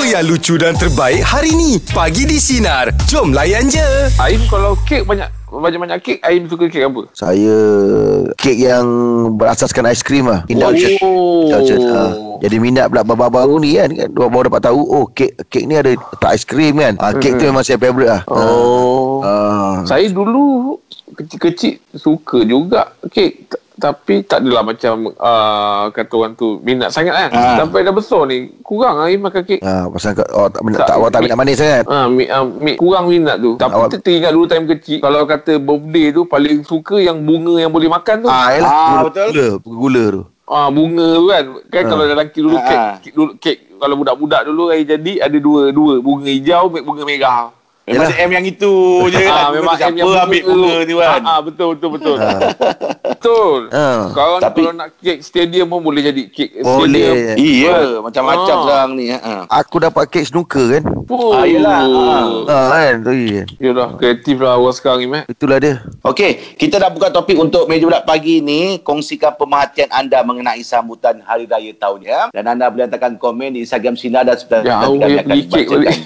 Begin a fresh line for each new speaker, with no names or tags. yang lucu dan terbaik hari ni. Pagi di Sinar. Jom layan je.
Aim kalau kek banyak banyak-banyak kek Aim suka kek apa?
Saya kek yang berasaskan aiskrim lah. Indulgent.
Oh.
Indulgent. Ha. Jadi minat pula baru-baru ni kan, kan baru dapat tahu oh kek kek ni ada tak aiskrim kan. Ha, kek tu memang saya favourite lah. Ha.
Oh.
Ha.
Saya dulu kecil-kecil suka juga kek T- tapi tak adalah macam uh, kata orang tu minat sangat kan.
Ah.
Sampai dah besar ni kurang Aim makan kek.
Ha, pasal kau oh, tak, minat,
Tak,
tak, awak tak minat manis kan? sangat.
Ha, mi, ha, mi, kurang minat tu Tapi
Awak-
Awak... teringat dulu time kecil Kalau kata birthday tu Paling suka yang bunga yang boleh makan tu
Ah, ha, yalah.
Ah,
Gula-
betul.
Gula, gula tu.
Ah bunga tu kan. Kan
Ha.
kalau lelaki dulu
Ha.
kek, kek dulu kek kalau budak-budak dulu air jadi ada dua dua bunga hijau bunga merah.
Memang
Yalah.
Eh, M yang itu je kan.
Ah memang M
siapa
yang
ambil bunga tu kan.
Ah, ah, betul betul betul.
Ha.
betul.
Ha.
Kalau
Ah. Tapi-
kalau nak kek stadium pun boleh jadi kek stadium.
Boleh.
Eh, Iya, macam-macam
Ah.
sekarang ni. Ha.
Aku dapat kek snooker kan.
Pun.
Ah, yelah.
Ha kan, tu je.
Yalah kreatif lah orang sekarang ni meh.
Itulah dia.
Okey, kita dah buka topik untuk meja bulat pagi ni. Kongsikan pemerhatian anda mengenai sambutan Hari Raya tahun ni. Ya? Dan anda boleh letakkan komen di Instagram Sinar dan
Ya,
dan
awak pergi kek balik.